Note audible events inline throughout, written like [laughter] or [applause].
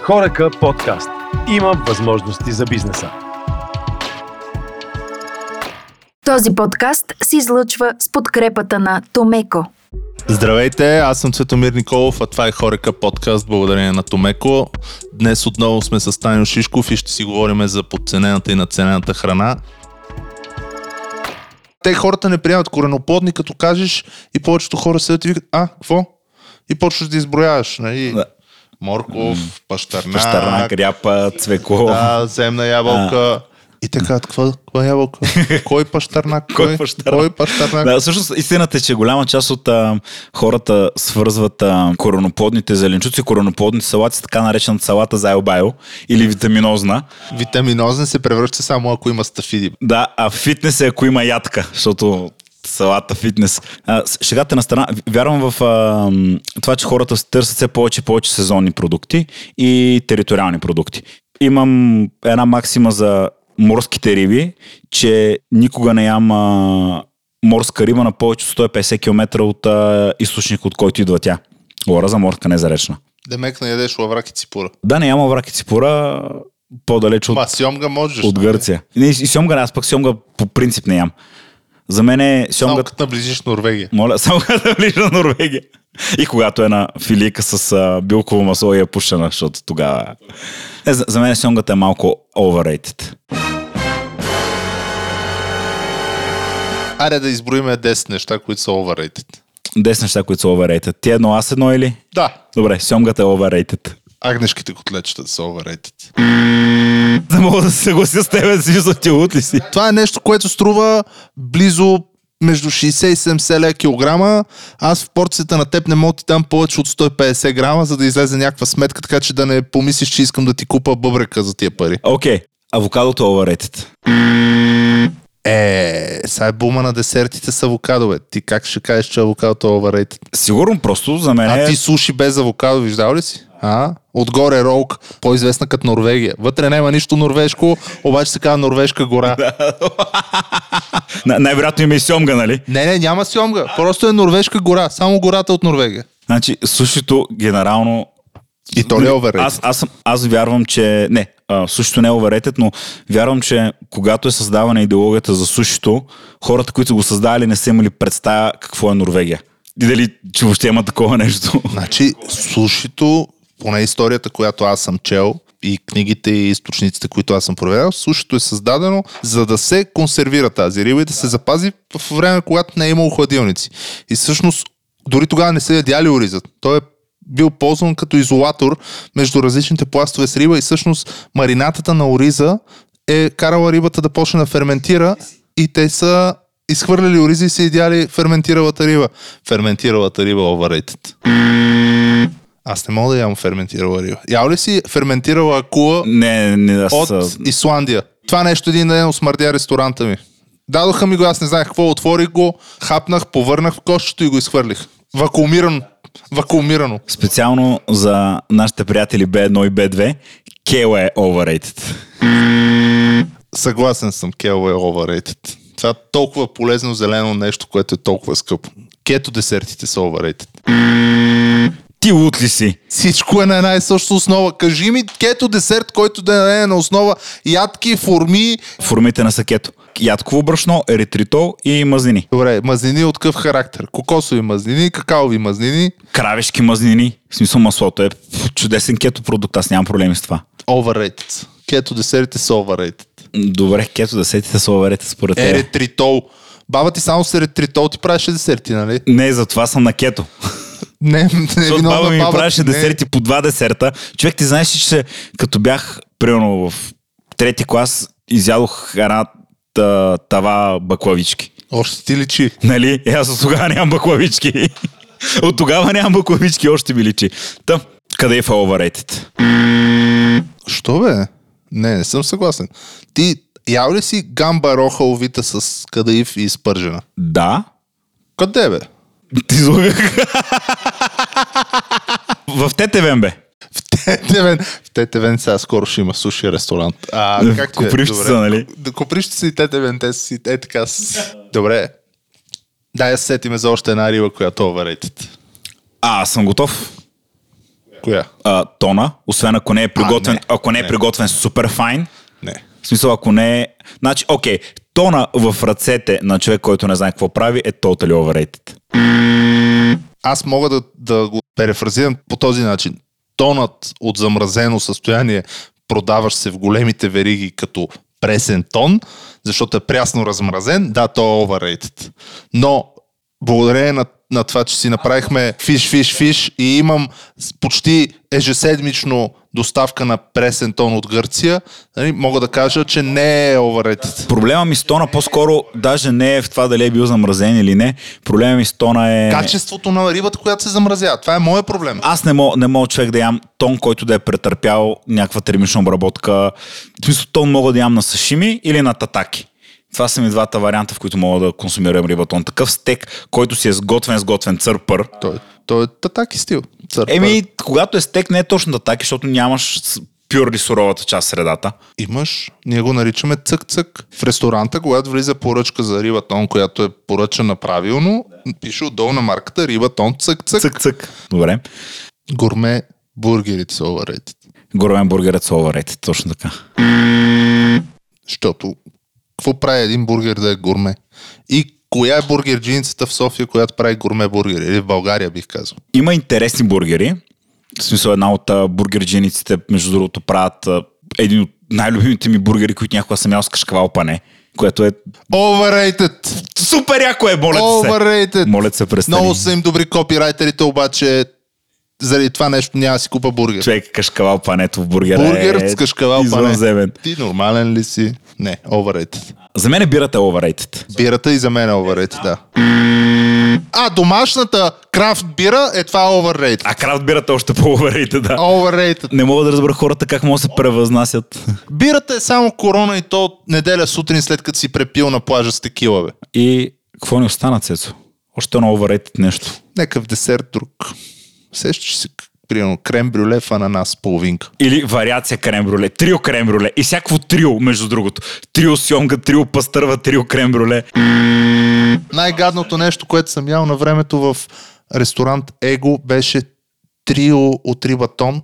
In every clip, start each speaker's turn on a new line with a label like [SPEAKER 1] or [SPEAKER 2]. [SPEAKER 1] Хорака подкаст. Има възможности за бизнеса.
[SPEAKER 2] Този подкаст се излъчва с подкрепата на Томеко.
[SPEAKER 3] Здравейте, аз съм Цветомир Николов, а това е Хорека подкаст, благодарение на Томеко. Днес отново сме с Таню Шишков и ще си говорим за подценената и надценената храна. Те хората не приемат кореноподни, като кажеш и повечето хора седят и викат, а, какво? И почваш да изброяваш, нали?
[SPEAKER 4] Да.
[SPEAKER 3] Морков, пащърнак,
[SPEAKER 4] Пащарна, кряпа, цвекло.
[SPEAKER 3] да, земна ябълка. И те казват, какво, каква е
[SPEAKER 4] [laughs]
[SPEAKER 3] ябълка? Кой пащърнак?
[SPEAKER 4] Кой пащарнак?
[SPEAKER 3] Кой пащърнак?
[SPEAKER 4] Да, всъщност истината е, че голяма част от а, хората свързват а, короноподните зеленчуци, короноподните салати с така наречената салата за Елбайл или витаминозна.
[SPEAKER 3] Витаминозен се превръща само ако има стафиди.
[SPEAKER 4] Да, а фитнес е ако има ядка, защото салата, фитнес. А, с- шегата на страна, в- вярвам в а, м, това, че хората се търсят все повече и повече сезонни продукти и териториални продукти. Имам една максима за морските риби, че никога не ям а, морска риба на повече от 150 км от а, източник, от който идва тя. Говоря за морска, не за речна.
[SPEAKER 3] Демек не ядеш лаврак и ципура.
[SPEAKER 4] Да, не ям враки ципора по-далеч от...
[SPEAKER 3] Ма, сьомга можеш. нали?
[SPEAKER 4] От Гърция. Не, и сьомга, не, аз пък сьомга по принцип не ям. За мен е
[SPEAKER 3] Само
[SPEAKER 4] сьомга...
[SPEAKER 3] като наближиш Норвегия.
[SPEAKER 4] Моля, [laughs] само да влижа на Норвегия. И когато е на филийка с а, билково масло и е пушена, защото тогава... Е, за, за мен сьомгата е малко overrated.
[SPEAKER 3] Аре да изброиме 10 неща, които са overrated.
[SPEAKER 4] 10 неща, които са overrated. Ти едно, аз едно или?
[SPEAKER 3] Да,
[SPEAKER 4] Добре, сьомгата е overrated. [laughs]
[SPEAKER 3] агнешките котлечета са overrated.
[SPEAKER 4] Не мога да се съглася с тебе, си за ти лут ли си?
[SPEAKER 3] Това е нещо, което струва близо между 60 и 70 лея килограма. Аз в порцията на теб не мога да ти дам повече от 150 грама, за да излезе някаква сметка, така че да не помислиш, че искам да ти купа бъбрека за тия пари.
[SPEAKER 4] Окей, авокадото е overrated.
[SPEAKER 3] Е, сега е бума на десертите с авокадо, бе. Ти как ще кажеш, че авокадото е overrated?
[SPEAKER 4] Сигурно просто за мен
[SPEAKER 3] А
[SPEAKER 4] е...
[SPEAKER 3] ти суши без авокадо, виждал ли си? А? Отгоре ролк, по-известна като Норвегия. Вътре няма нищо норвежко, обаче се казва Норвежка гора.
[SPEAKER 4] Най- Най-вероятно има и сьомга, нали?
[SPEAKER 3] Не, не, няма сьомга. Просто е Норвежка гора. Само гората от Норвегия.
[SPEAKER 4] Значи, сушито генерално...
[SPEAKER 3] И то ли е overrated?
[SPEAKER 4] Нали, Аз, аз, съм- аз вярвам, че... Не, а, сушито не е overrated, но вярвам, че когато е създавана идеологията за сушито, хората, които са го създавали, не са имали представа какво е Норвегия. И дали, че въобще има такова нещо. [laughs]
[SPEAKER 3] Значи, сушито, поне историята, която аз съм чел, и книгите и източниците, които аз съм проверял, сушито е създадено, за да се консервира тази риба и да се запази в време, когато не е имало хладилници. И всъщност, дори тогава не са ядяли оризът. Той е бил ползван като изолатор между различните пластове с риба и всъщност маринатата на ориза е карала рибата да почне да ферментира и те са изхвърляли ориза и са ядяли ферментиралата риба. Ферментиралата риба е overrated. Аз не мога да ям ферментирала риба. Ял ли си ферментирала акула
[SPEAKER 4] Не, не, аз...
[SPEAKER 3] от
[SPEAKER 4] а,
[SPEAKER 3] Исландия? Това нещо е един ден осмърдя ресторанта ми. Дадоха ми го, аз не знаех какво, отворих го, хапнах, повърнах в кошчето и го изхвърлих. Вакуумирано. Вакуумирано.
[SPEAKER 4] Специално за нашите приятели B1 и B2, Кела е overrated.
[SPEAKER 3] Съгласен съм, Кело е overrated. Това е толкова полезно зелено нещо, което е толкова скъпо. Кето десертите са overrated.
[SPEAKER 4] Ти лут ли си?
[SPEAKER 3] Всичко е на една и съща основа. Кажи ми кето десерт, който да е на основа ядки, форми.
[SPEAKER 4] Формите на сакето. Ядково брашно, еритритол и мазнини.
[SPEAKER 3] Добре, мазнини от какъв характер? Кокосови мазнини, какаови мазнини,
[SPEAKER 4] кравешки мазнини. В смисъл маслото е чудесен кето продукт, аз нямам проблеми с това.
[SPEAKER 3] overrated. Кето десертите са overrated.
[SPEAKER 4] Добре, кето да сетите се уверете според
[SPEAKER 3] Е,
[SPEAKER 4] тебе.
[SPEAKER 3] Еритритол. Баба ти само с еритритол ти правеше десерти, нали?
[SPEAKER 4] Не, затова съм на кето.
[SPEAKER 3] Не, не е
[SPEAKER 4] Защото
[SPEAKER 3] виновна
[SPEAKER 4] баба ми
[SPEAKER 3] ти,
[SPEAKER 4] правеше
[SPEAKER 3] не.
[SPEAKER 4] десерти по два десерта. Човек, ти знаеш, ли, че като бях, примерно, в трети клас, изядох една та- тава баклавички.
[SPEAKER 3] Още ти личи.
[SPEAKER 4] Нали? И аз от тогава нямам баклавички. [laughs] От тогава нямам баклавички, още ми личи. Та, къде е в overrated?
[SPEAKER 3] Що бе? Не, не съм съгласен. Ти ял ли си гамба роха овита с кадаив и спържена?
[SPEAKER 4] Да,
[SPEAKER 3] Къде бе?
[SPEAKER 4] Ти излагах. [laughs] в ТТВМ бе.
[SPEAKER 3] В Тетевен. В Тетевен сега скоро ще има суши ресторант. А,
[SPEAKER 4] В
[SPEAKER 3] как ти е?
[SPEAKER 4] Копривщица,
[SPEAKER 3] Добре.
[SPEAKER 4] нали?
[SPEAKER 3] Да, Копривщица и Тетевен, те са си е така. с- Добре. Да, я сетиме за още една риба, която е overrated.
[SPEAKER 4] А, аз съм готов.
[SPEAKER 3] Коя?
[SPEAKER 4] а, тона, освен ако не е приготвен, а,
[SPEAKER 3] не.
[SPEAKER 4] не. ако не е
[SPEAKER 3] Не.
[SPEAKER 4] приготвен супер файн.
[SPEAKER 3] Не.
[SPEAKER 4] В смисъл, ако не е... Значи, окей, тона в ръцете на човек, който не знае какво прави, е totally overrated.
[SPEAKER 3] Аз мога да, да го перефразирам по този начин. Тонът от замразено състояние продаваш се в големите вериги като пресен тон, защото е прясно размразен, да, то е overrated. Но благодарение на, на това, че си направихме фиш, фиш, фиш и имам с- почти ежеседмично доставка на пресен тон от Гърция, нали, мога да кажа, че не е overrated.
[SPEAKER 4] Проблема ми с тона по-скоро даже не е в това дали е бил замразен или не. Проблема ми с тона е...
[SPEAKER 3] Качеството на рибата, която се замразява, това е моят проблем.
[SPEAKER 4] Аз не мога, не мога човек да ям тон, който да е претърпял някаква термична обработка. В смисъл, тон мога да ям на сашими или на татаки. Това са ми двата варианта, в които мога да консумирам риба тон. Такъв стек, който си е сготвен, сготвен църпър.
[SPEAKER 3] Той, той е татаки стил. Църпа.
[SPEAKER 4] Еми, когато е стек, не е точно татаки, защото нямаш с- пюрли суровата част в средата.
[SPEAKER 3] имаш, ние го наричаме цък-цък. В ресторанта, когато влиза поръчка за риба тон, която е поръчана правилно, пише отдолу на марката риба тон цък-цък.
[SPEAKER 4] Цък, цък. Добре.
[SPEAKER 3] Гурме бургерите са overrated.
[SPEAKER 4] Горовен бургерът с overrated, е точно така.
[SPEAKER 3] Защото, какво прави един бургер да е гурме? И коя е бургерджиницата в София, която прави гурме бургери? Или в България, бих казал.
[SPEAKER 4] Има интересни бургери. В смисъл една от а, бургерджиниците, между другото, правят а, един от най-любимите ми бургери, които някога съм ял с кашкавал пане, което е
[SPEAKER 3] Overrated!
[SPEAKER 4] супер яко е, моля ти се.
[SPEAKER 3] Overrated!
[SPEAKER 4] Моля ти се, престани.
[SPEAKER 3] Много са им добри копирайтерите, обаче заради това нещо няма да си купа бургер.
[SPEAKER 4] Човек кашкавал пането в бургера
[SPEAKER 3] Бургер
[SPEAKER 4] е
[SPEAKER 3] с кашкавал
[SPEAKER 4] извънземен.
[SPEAKER 3] Ти нормален ли си? Не, overrated.
[SPEAKER 4] За мен бирата е overrated.
[SPEAKER 3] Бирата и за мен е overrated, да. А, домашната крафт бира е това overrated.
[SPEAKER 4] А крафт бирата е още по-overrated, да.
[SPEAKER 3] Overrated.
[SPEAKER 4] Не мога да разбера хората как могат да се превъзнасят.
[SPEAKER 3] Бирата е само корона и то от неделя сутрин след като си препил на плажа с текила, бе.
[SPEAKER 4] И какво ни остана, Цецо? Още едно overrated нещо.
[SPEAKER 3] Нека в десерт друг. Сещаш си, к- примерно, крем брюле в ананас половинка.
[SPEAKER 4] Или вариация крембрюле, трио крембрюле и всяко трио, между другото. Трио сьомга, трио пастърва, трио крембрюле.
[SPEAKER 3] Най-гадното нещо, което съм ял на времето в ресторант Его беше трио от риба тон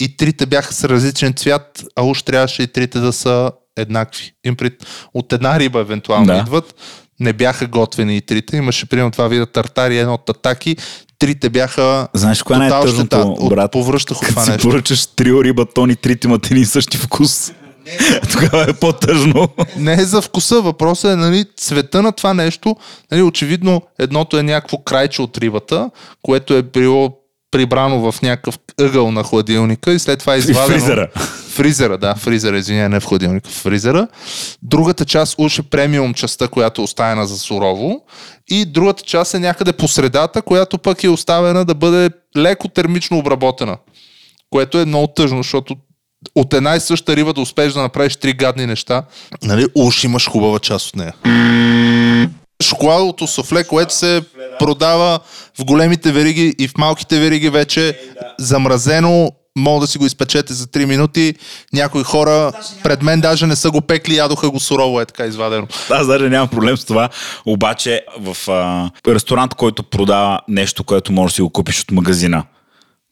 [SPEAKER 3] и трите бяха с различен цвят, а уж трябваше и трите да са еднакви. Им при... От една риба евентуално да.
[SPEAKER 4] Да.
[SPEAKER 3] идват, не бяха готвени и трите. Имаше примерно това вида тартари, едно от татаки, трите бяха
[SPEAKER 4] Знаеш, кое е
[SPEAKER 3] тотал щета.
[SPEAKER 4] най-тъжното,
[SPEAKER 3] От-
[SPEAKER 4] брат?
[SPEAKER 3] Повръщах от
[SPEAKER 4] Като
[SPEAKER 3] това
[SPEAKER 4] си
[SPEAKER 3] нещо.
[SPEAKER 4] поръчаш трио риба, тони, трите имат един и същи вкус. Тогава е по-тъжно.
[SPEAKER 3] не е за вкуса, въпросът е нали, цвета на това нещо. Нали, очевидно едното е някакво крайче от рибата, което е било прибрано в някакъв ъгъл на хладилника и след това е извадено.
[SPEAKER 4] фризера.
[SPEAKER 3] Фризера, да, фризера, извиня, не в хладилника, в фризера. Другата част уж е премиум частта, която е оставена за сурово и другата част е някъде по средата, която пък е оставена да бъде леко термично обработена което е много тъжно, защото от една и съща риба да успееш да направиш три гадни неща, нали, уж имаш хубава част от нея. Шоколадовото софле, което се продава в големите вериги и в малките вериги вече замразено, мога да си го изпечете за 3 минути. Някои хора пред мен даже не са го пекли, ядоха го сурово, е така извадено.
[SPEAKER 4] [laughs] Аз даже нямам проблем с това. Обаче в а, ресторант, който продава нещо, което можеш да си го купиш от магазина.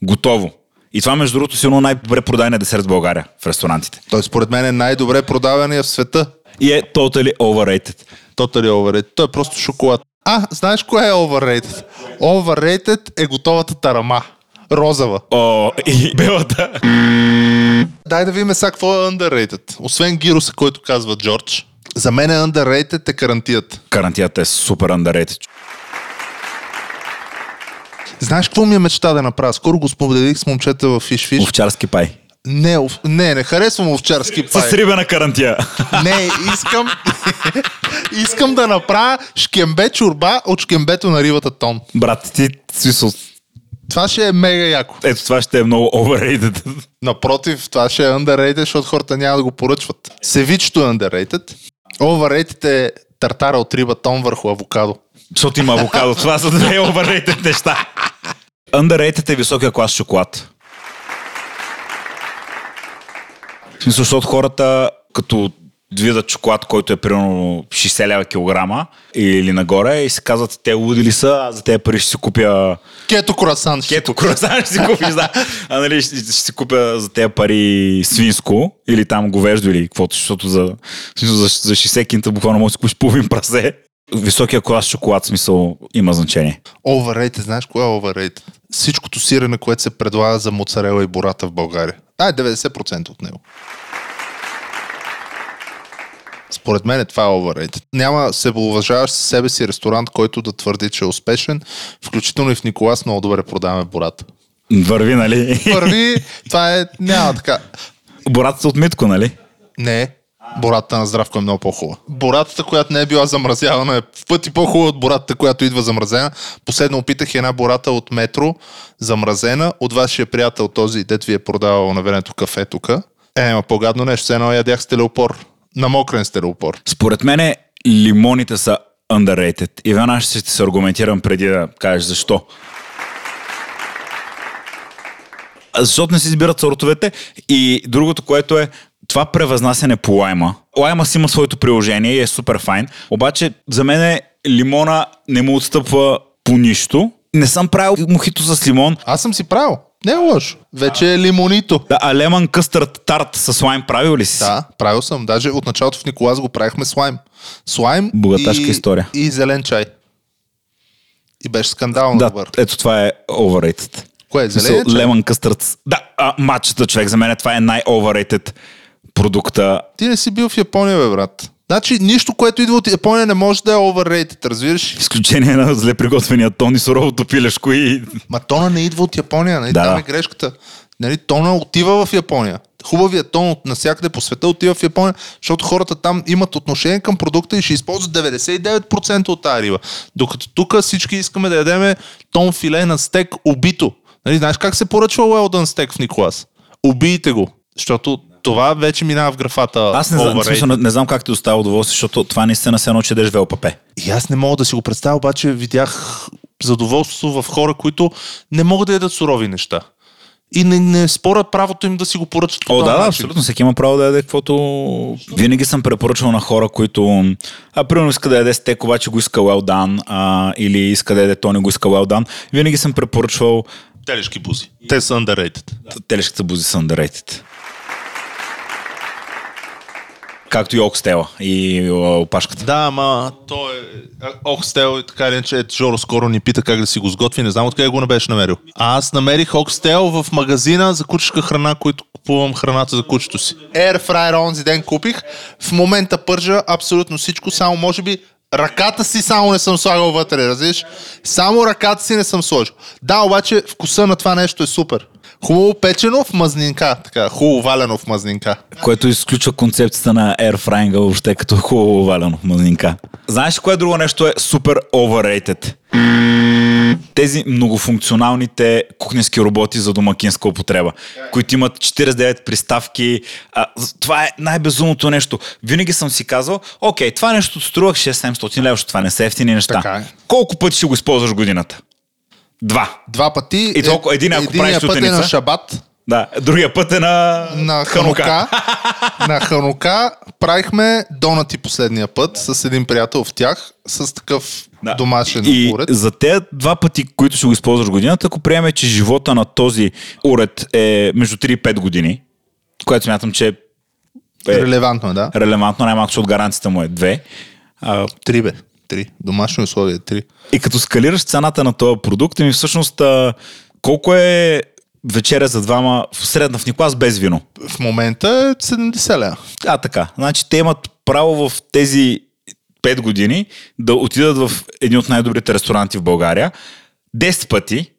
[SPEAKER 4] Готово. И това, между другото, сигурно най-добре продайния десерт в България в ресторантите.
[SPEAKER 3] Той според мен е най-добре продавания в света.
[SPEAKER 4] И е totally overrated.
[SPEAKER 3] Totally overrated. Той е просто шоколад. А, знаеш кое е overrated? Overrated е готовата тарама. Розова.
[SPEAKER 4] О, и белата. [laughs]
[SPEAKER 3] Дай да видим сега какво е underrated. Освен гируса, който казва Джордж. За мен е underrated е карантията.
[SPEAKER 4] Карантията е супер underrated.
[SPEAKER 3] Знаеш какво ми е мечта да направя? Скоро го споделих с момчета в Фишфиш.
[SPEAKER 4] Овчарски пай.
[SPEAKER 3] Не, ов- не, не харесвам овчарски пай.
[SPEAKER 4] С рибена карантия. [laughs]
[SPEAKER 3] Не, искам... [laughs] искам да направя шкембе чорба от шкембето на рибата тон.
[SPEAKER 4] Брат, ти смисъл,
[SPEAKER 3] Това ще е мега яко.
[SPEAKER 4] ето това ще е много overrated. [laughs]
[SPEAKER 3] Напротив, това ще е underrated, защото хората няма да го поръчват. Севичето е underrated. Overrated е тартара от риба тон върху авокадо.
[SPEAKER 4] Защото има авокадо. Това са две overrated неща. Underrated е високия клас шоколад. В смисъл, защото хората, като видят чоколад, който е примерно 60 лева килограма или нагоре и се казват, те луди ли са, а за тези пари ще си купя
[SPEAKER 3] Кето круасан. ще
[SPEAKER 4] кето круасан, ще си купиш, да. А, нали, ще, ще, си купя за тези пари свинско или там говеждо или каквото, защото за, в смисъл, за, за 60 кинта буквално може да си купиш половин прасе. Високия клас шоколад, в смисъл, има значение.
[SPEAKER 3] Overrated, знаеш кое е overrated? Всичкото сирене, което се предлага за моцарела и бората в България. А, 90% от него. Според мен е това е overrated. Няма се уважаваш със себе си ресторант, който да твърди, че е успешен. Включително и в Николас много добре продаваме бората.
[SPEAKER 4] Върви, нали?
[SPEAKER 3] Първи, това е... Няма така.
[SPEAKER 4] Бората от Митко, нали?
[SPEAKER 3] Не, бората на Здравко е много по-хубава. Боратата, която не е била замразявана, е в пъти по-хубава от боратата, която идва замразена. Последно опитах една бората от метро, замразена, от вашия приятел този, дет ви е продавал на времето кафе тук. Е, ма по-гадно нещо, все едно ядях с телеопор. Намокрен с телеопор.
[SPEAKER 4] Според мен лимоните са underrated. И веднага ще ти се аргументирам преди да кажеш защо. А Защото не се избират сортовете. И другото, което е това превъзнасяне по лайма. Лайма си има своето приложение и е супер файн. Обаче за мен е, лимона не му отстъпва по нищо. Не съм правил мохито с лимон.
[SPEAKER 3] Аз съм си правил. Не е лошо. Вече е лимонито.
[SPEAKER 4] Да, а лемън къстърт тарт с лайм правил ли си?
[SPEAKER 3] Да, правил съм. Даже от началото в Николас го правихме слайм. Слайм
[SPEAKER 4] Богаташка
[SPEAKER 3] и,
[SPEAKER 4] история.
[SPEAKER 3] и зелен чай. И беше скандално
[SPEAKER 4] Да,
[SPEAKER 3] добър.
[SPEAKER 4] ето това е overrated.
[SPEAKER 3] Кое е, зеленият чай?
[SPEAKER 4] Лемон къстърт. Да, а, матчата, човек, за мен това е най-overrated продукта.
[SPEAKER 3] Ти не си бил в Япония, бе, брат. Значи нищо, което идва от Япония не може да е overrated, разбираш?
[SPEAKER 4] Изключение на зле приготвения тон и суровото пилешко и...
[SPEAKER 3] Ма тона не идва от Япония, нали?
[SPEAKER 4] Да,
[SPEAKER 3] Да. Там
[SPEAKER 4] да.
[SPEAKER 3] е грешката. Нали, тона отива в Япония. Хубавият тон от навсякъде по света отива в Япония, защото хората там имат отношение към продукта и ще използват 99% от тази риба. Докато тук всички искаме да ядеме тон филе на стек убито. Нали, знаеш как се поръчва well done стек в Николас? Убийте го, защото това вече минава в графата.
[SPEAKER 4] Аз не, знам, в
[SPEAKER 3] overrated.
[SPEAKER 4] смисъл, не, не знам как ти остава удоволствие, защото това наистина се едно, че дадеш велпапе.
[SPEAKER 3] И аз не мога да си го представя, обаче видях задоволство в хора, които не могат да ядат сурови неща. И не, не спорят правото им да си го поръчат. по
[SPEAKER 4] О,
[SPEAKER 3] този
[SPEAKER 4] да, да,
[SPEAKER 3] е начин.
[SPEAKER 4] абсолютно. Всеки има право да яде каквото... Винаги съм препоръчвал на хора, които... А, примерно иска да яде стек, обаче го иска well done, а, или иска да яде тони, го иска well done. Винаги съм препоръчвал
[SPEAKER 3] Телешки бузи. Те са underrated.
[SPEAKER 4] телешката бузи са underrated. Както и окстела и а, опашката.
[SPEAKER 3] Да, ама той е... Окстел и така или че ето Жоро скоро ни пита как да си го сготви. Не знам откъде го не беше намерил. А аз намерих Окстел в магазина за кучешка храна, който купувам храната за кучето си. Air Fryer онзи ден купих. В момента пържа абсолютно всичко, само може би Ръката си само не съм слагал вътре, разбираш? Само ръката си не съм сложил. Да, обаче вкуса на това нещо е супер. Хубаво печено в мазнинка, така, хубаво валено в мазнинка.
[SPEAKER 4] което изключва концепцията на airfrying въобще като хубаво валено в мазнинка. Знаеш ли кое друго нещо е супер overrated? Тези многофункционалните кухненски роботи за домакинска употреба, които имат 49 приставки. А, з- това е най-безумното нещо. Винаги съм си казал, окей, това нещо струвах 6-700 лева, защото това не са ефтини неща.
[SPEAKER 3] Така е.
[SPEAKER 4] Колко пъти ще го използваш в годината? Два.
[SPEAKER 3] Два пъти.
[SPEAKER 4] И толкова- един, ако
[SPEAKER 3] единия
[SPEAKER 4] правиш
[SPEAKER 3] път е
[SPEAKER 4] лутеница.
[SPEAKER 3] на шабат,
[SPEAKER 4] Да. Другия път е на,
[SPEAKER 3] на ханука.
[SPEAKER 4] [laughs]
[SPEAKER 3] на ханука правихме донати последния път с един приятел в тях, с такъв
[SPEAKER 4] Да.
[SPEAKER 3] домашен
[SPEAKER 4] и
[SPEAKER 3] уред.
[SPEAKER 4] за те два пъти, които ще го използваш в годината, ако приеме, че живота на този уред е между 3 и 5 години, което смятам, че е
[SPEAKER 3] Релевантно, е, да?
[SPEAKER 4] релевантно, най-малко, защото гаранцията му е 2. А,
[SPEAKER 3] Три бе. Три. Домашни условия е три.
[SPEAKER 4] и като скалираш цената на този продукт, ми всъщност а, колко е вечеря за двама в средна в Николас без вино?
[SPEAKER 3] В момента е 70 лева.
[SPEAKER 4] А, така. Значи те имат право в тези 5 години да отидат в един от най-добрите ресторанти в България 10 пъти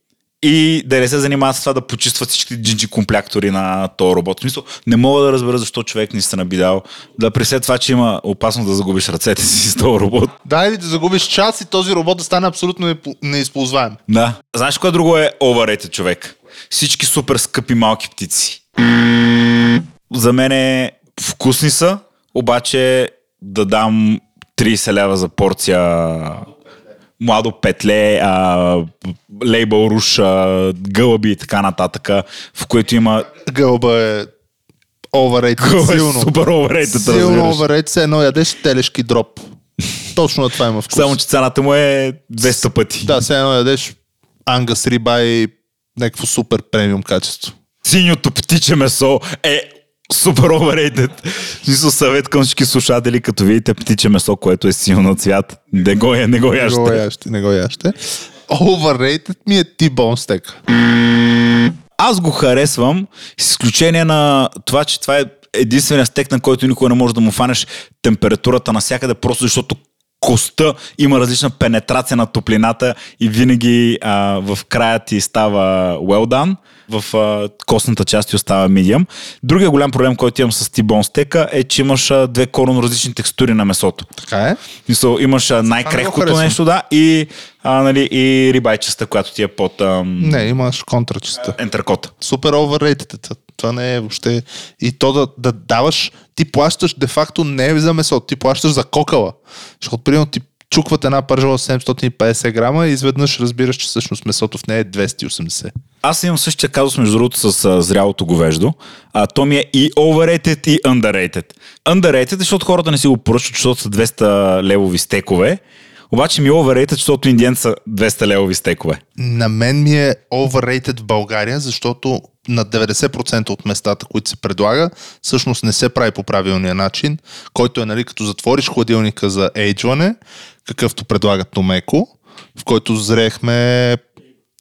[SPEAKER 4] и да не се занимават с това да почистват всички джинджи комплектори на този робот. В смисъл, не мога да разбера защо човек не се е набидал да пресед това, че има опасност да загубиш ръцете си с този робот.
[SPEAKER 3] Да, или да загубиш час и този робот да стане абсолютно непо- неизползваем.
[SPEAKER 4] Да. Знаеш кое друго е overrated човек? Всички супер скъпи малки птици. За мен е вкусни са, обаче да дам 30 лева за порция младо петле, а, лейбъл руш, а, гълъби и така нататък, в което има
[SPEAKER 3] Гълба е overrated.
[SPEAKER 4] Кой е
[SPEAKER 3] Силно.
[SPEAKER 4] супер overrated,
[SPEAKER 3] Силно
[SPEAKER 4] разбираш.
[SPEAKER 3] overrated, все едно ядеш телешки дроп. Точно на това има вкус.
[SPEAKER 4] Само, че цената му е 200 пъти.
[SPEAKER 3] Да, все едно ядеш ангас риба и някакво супер премиум качество.
[SPEAKER 4] синьото птиче месо е супер overrated. Мисля съвет към всички слушатели, като видите птиче месо, което е синьо на цвят. Не го, я, не го
[SPEAKER 3] Не го
[SPEAKER 4] яжте.
[SPEAKER 3] яще, не го яще. Overrated ми е T-bone стек.
[SPEAKER 4] Аз го харесвам, с изключение на това, че това е единствения стек, на който никога не можеш да му фанеш температурата навсякъде, просто защото коста има различна пенетрация на топлината и винаги а, в края ти става well done, в а, костната част ти остава medium. Другия голям проблем, който имам с тибон стека е, че имаш а, две коренно различни текстури на месото.
[SPEAKER 3] Така е.
[SPEAKER 4] В Смисъл, имаш а, най-крехкото
[SPEAKER 3] харесвам.
[SPEAKER 4] нещо, да, и, а, нали, и рибайчеста, която ти е под ам,
[SPEAKER 3] Не, имаш контрачиста.
[SPEAKER 4] ентеркота.
[SPEAKER 3] Супер overrated. е това. Това не е въобще... И то да, да даваш... Ти плащаш де-факто не за месото, ти плащаш за кокала. Защото примерно ти чукват една пържола 750 грама и изведнъж разбираш, че всъщност месото в нея е 280.
[SPEAKER 4] Аз имам същия казус, между другото, с а, зрялото говеждо. А, то ми е и overrated, и underrated. Underrated, защото хората не си го поръчват, защото са 200 левови стекове. Обаче ми е overrated, защото индиенца са 200 левови стекове.
[SPEAKER 3] На мен ми е overrated в България, защото на 90% от местата, които се предлага, всъщност не се прави по правилния начин, който е нали, като затвориш хладилника за ейджване, какъвто предлагат Томеко, в който зреехме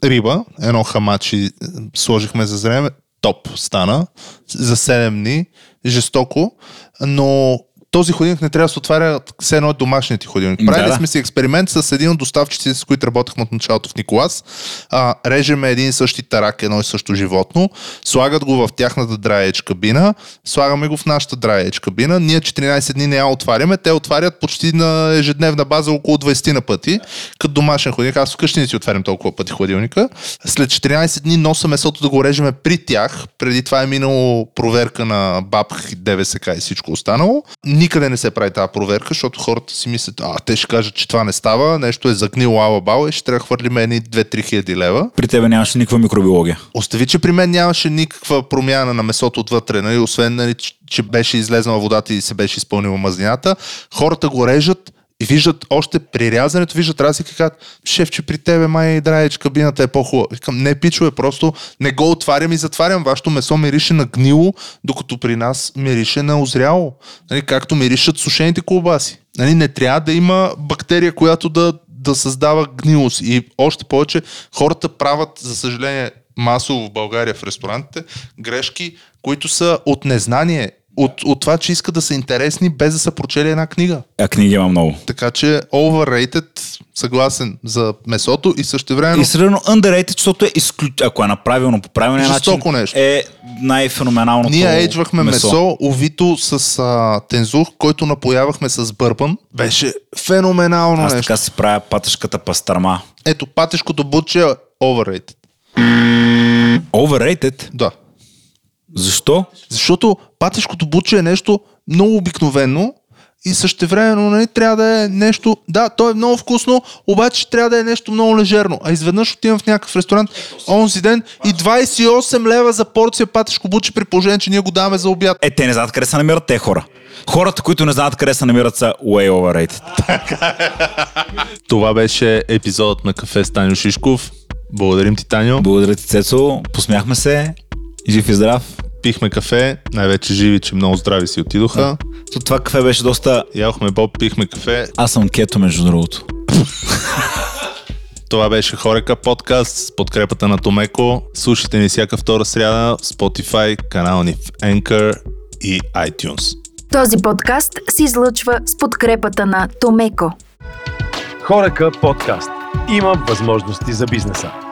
[SPEAKER 3] риба, едно хамачи е, сложихме за зреме, топ стана, за 7 дни, жестоко, но този ходилник не трябва да се отваря все едно е домашният ти ходилник. Правили
[SPEAKER 4] да.
[SPEAKER 3] сме си експеримент с един от доставчиците, с които работехме от началото в Николас. А, режеме един и същи тарак, едно и също животно, слагат го в тяхната драеч кабина, слагаме го в нашата драеч кабина. Ние 14 дни не я отваряме, те отварят почти на ежедневна база около 20 на пъти, като домашен ходилник. Аз вкъщи не си отварям толкова пъти хладилника. След 14 дни носа месото да го режеме при тях. Преди това е минало проверка на БАПХ, ДВСК и всичко останало. Никъде не се прави тази проверка, защото хората си мислят, а те ще кажат, че това не става, нещо е загнило ала бала и ще трябва да хвърлим едни 2-3 хиляди лева.
[SPEAKER 4] При тебе нямаше никаква микробиология.
[SPEAKER 3] Остави, че при мен нямаше никаква промяна на месото отвътре, нали? освен, нали, че- че беше излезнала водата и се беше изпълнила мазнината. Хората го режат и виждат още при рязането, виждат разлика и казват, шеф, че при тебе май драеч кабината е по-хубава. Викам, не пичове, просто не го отварям и затварям. Вашето месо мирише на гнило, докато при нас мирише на озряло. Нали, както миришат сушените колбаси. Нали, не трябва да има бактерия, която да, да създава гнилост. И още повече хората правят, за съжаление, масово в България в ресторантите грешки, които са от незнание, от, от това, че искат да са интересни, без да са прочели една книга.
[SPEAKER 4] А книги има много.
[SPEAKER 3] Така че overrated, съгласен за месото и също време
[SPEAKER 4] И средно underrated, защото е изключ... ако е направено по правилния
[SPEAKER 3] Жестоко
[SPEAKER 4] начин,
[SPEAKER 3] нещо.
[SPEAKER 4] е най-феноменалното
[SPEAKER 3] Ние ейджвахме месо,
[SPEAKER 4] месо.
[SPEAKER 3] месо овито с а, тензух, който напоявахме с бърбан. Беше феноменално
[SPEAKER 4] Аз
[SPEAKER 3] нещо.
[SPEAKER 4] така си правя патъшката пастърма.
[SPEAKER 3] Ето, патешкото бутче е overrated.
[SPEAKER 4] Overrated?
[SPEAKER 3] Да.
[SPEAKER 4] Защо?
[SPEAKER 3] Защото патешкото бутче е нещо много обикновено и същевременно нали, трябва да е нещо... Да, то е много вкусно, обаче трябва да е нещо много лежерно. А изведнъж отивам в някакъв ресторант онзи ден и 28 лева за порция патешко бутче при положение, че ние го даваме за обяд.
[SPEAKER 4] Е, те не знаят къде се намират те хора. Хората, които не знаят къде се намират са way overrated.
[SPEAKER 1] Това беше епизодът на кафе с Таню Шишков. Благодарим ти, Таню.
[SPEAKER 4] Благодаря ти, Цецо. Посмяхме се. Жив и здрав.
[SPEAKER 1] Пихме кафе, най-вече живи, че много здрави си отидоха.
[SPEAKER 4] То това кафе беше доста...
[SPEAKER 1] Ялхме боб, пихме кафе.
[SPEAKER 4] Аз съм кето, между другото.
[SPEAKER 1] Това беше Хорека подкаст с подкрепата на Томеко. Слушайте ни всяка втора сряда в Spotify, канала ни в Anchor и iTunes.
[SPEAKER 2] Този подкаст се излъчва с подкрепата на Томеко.
[SPEAKER 1] Хорека подкаст. Има възможности за бизнеса.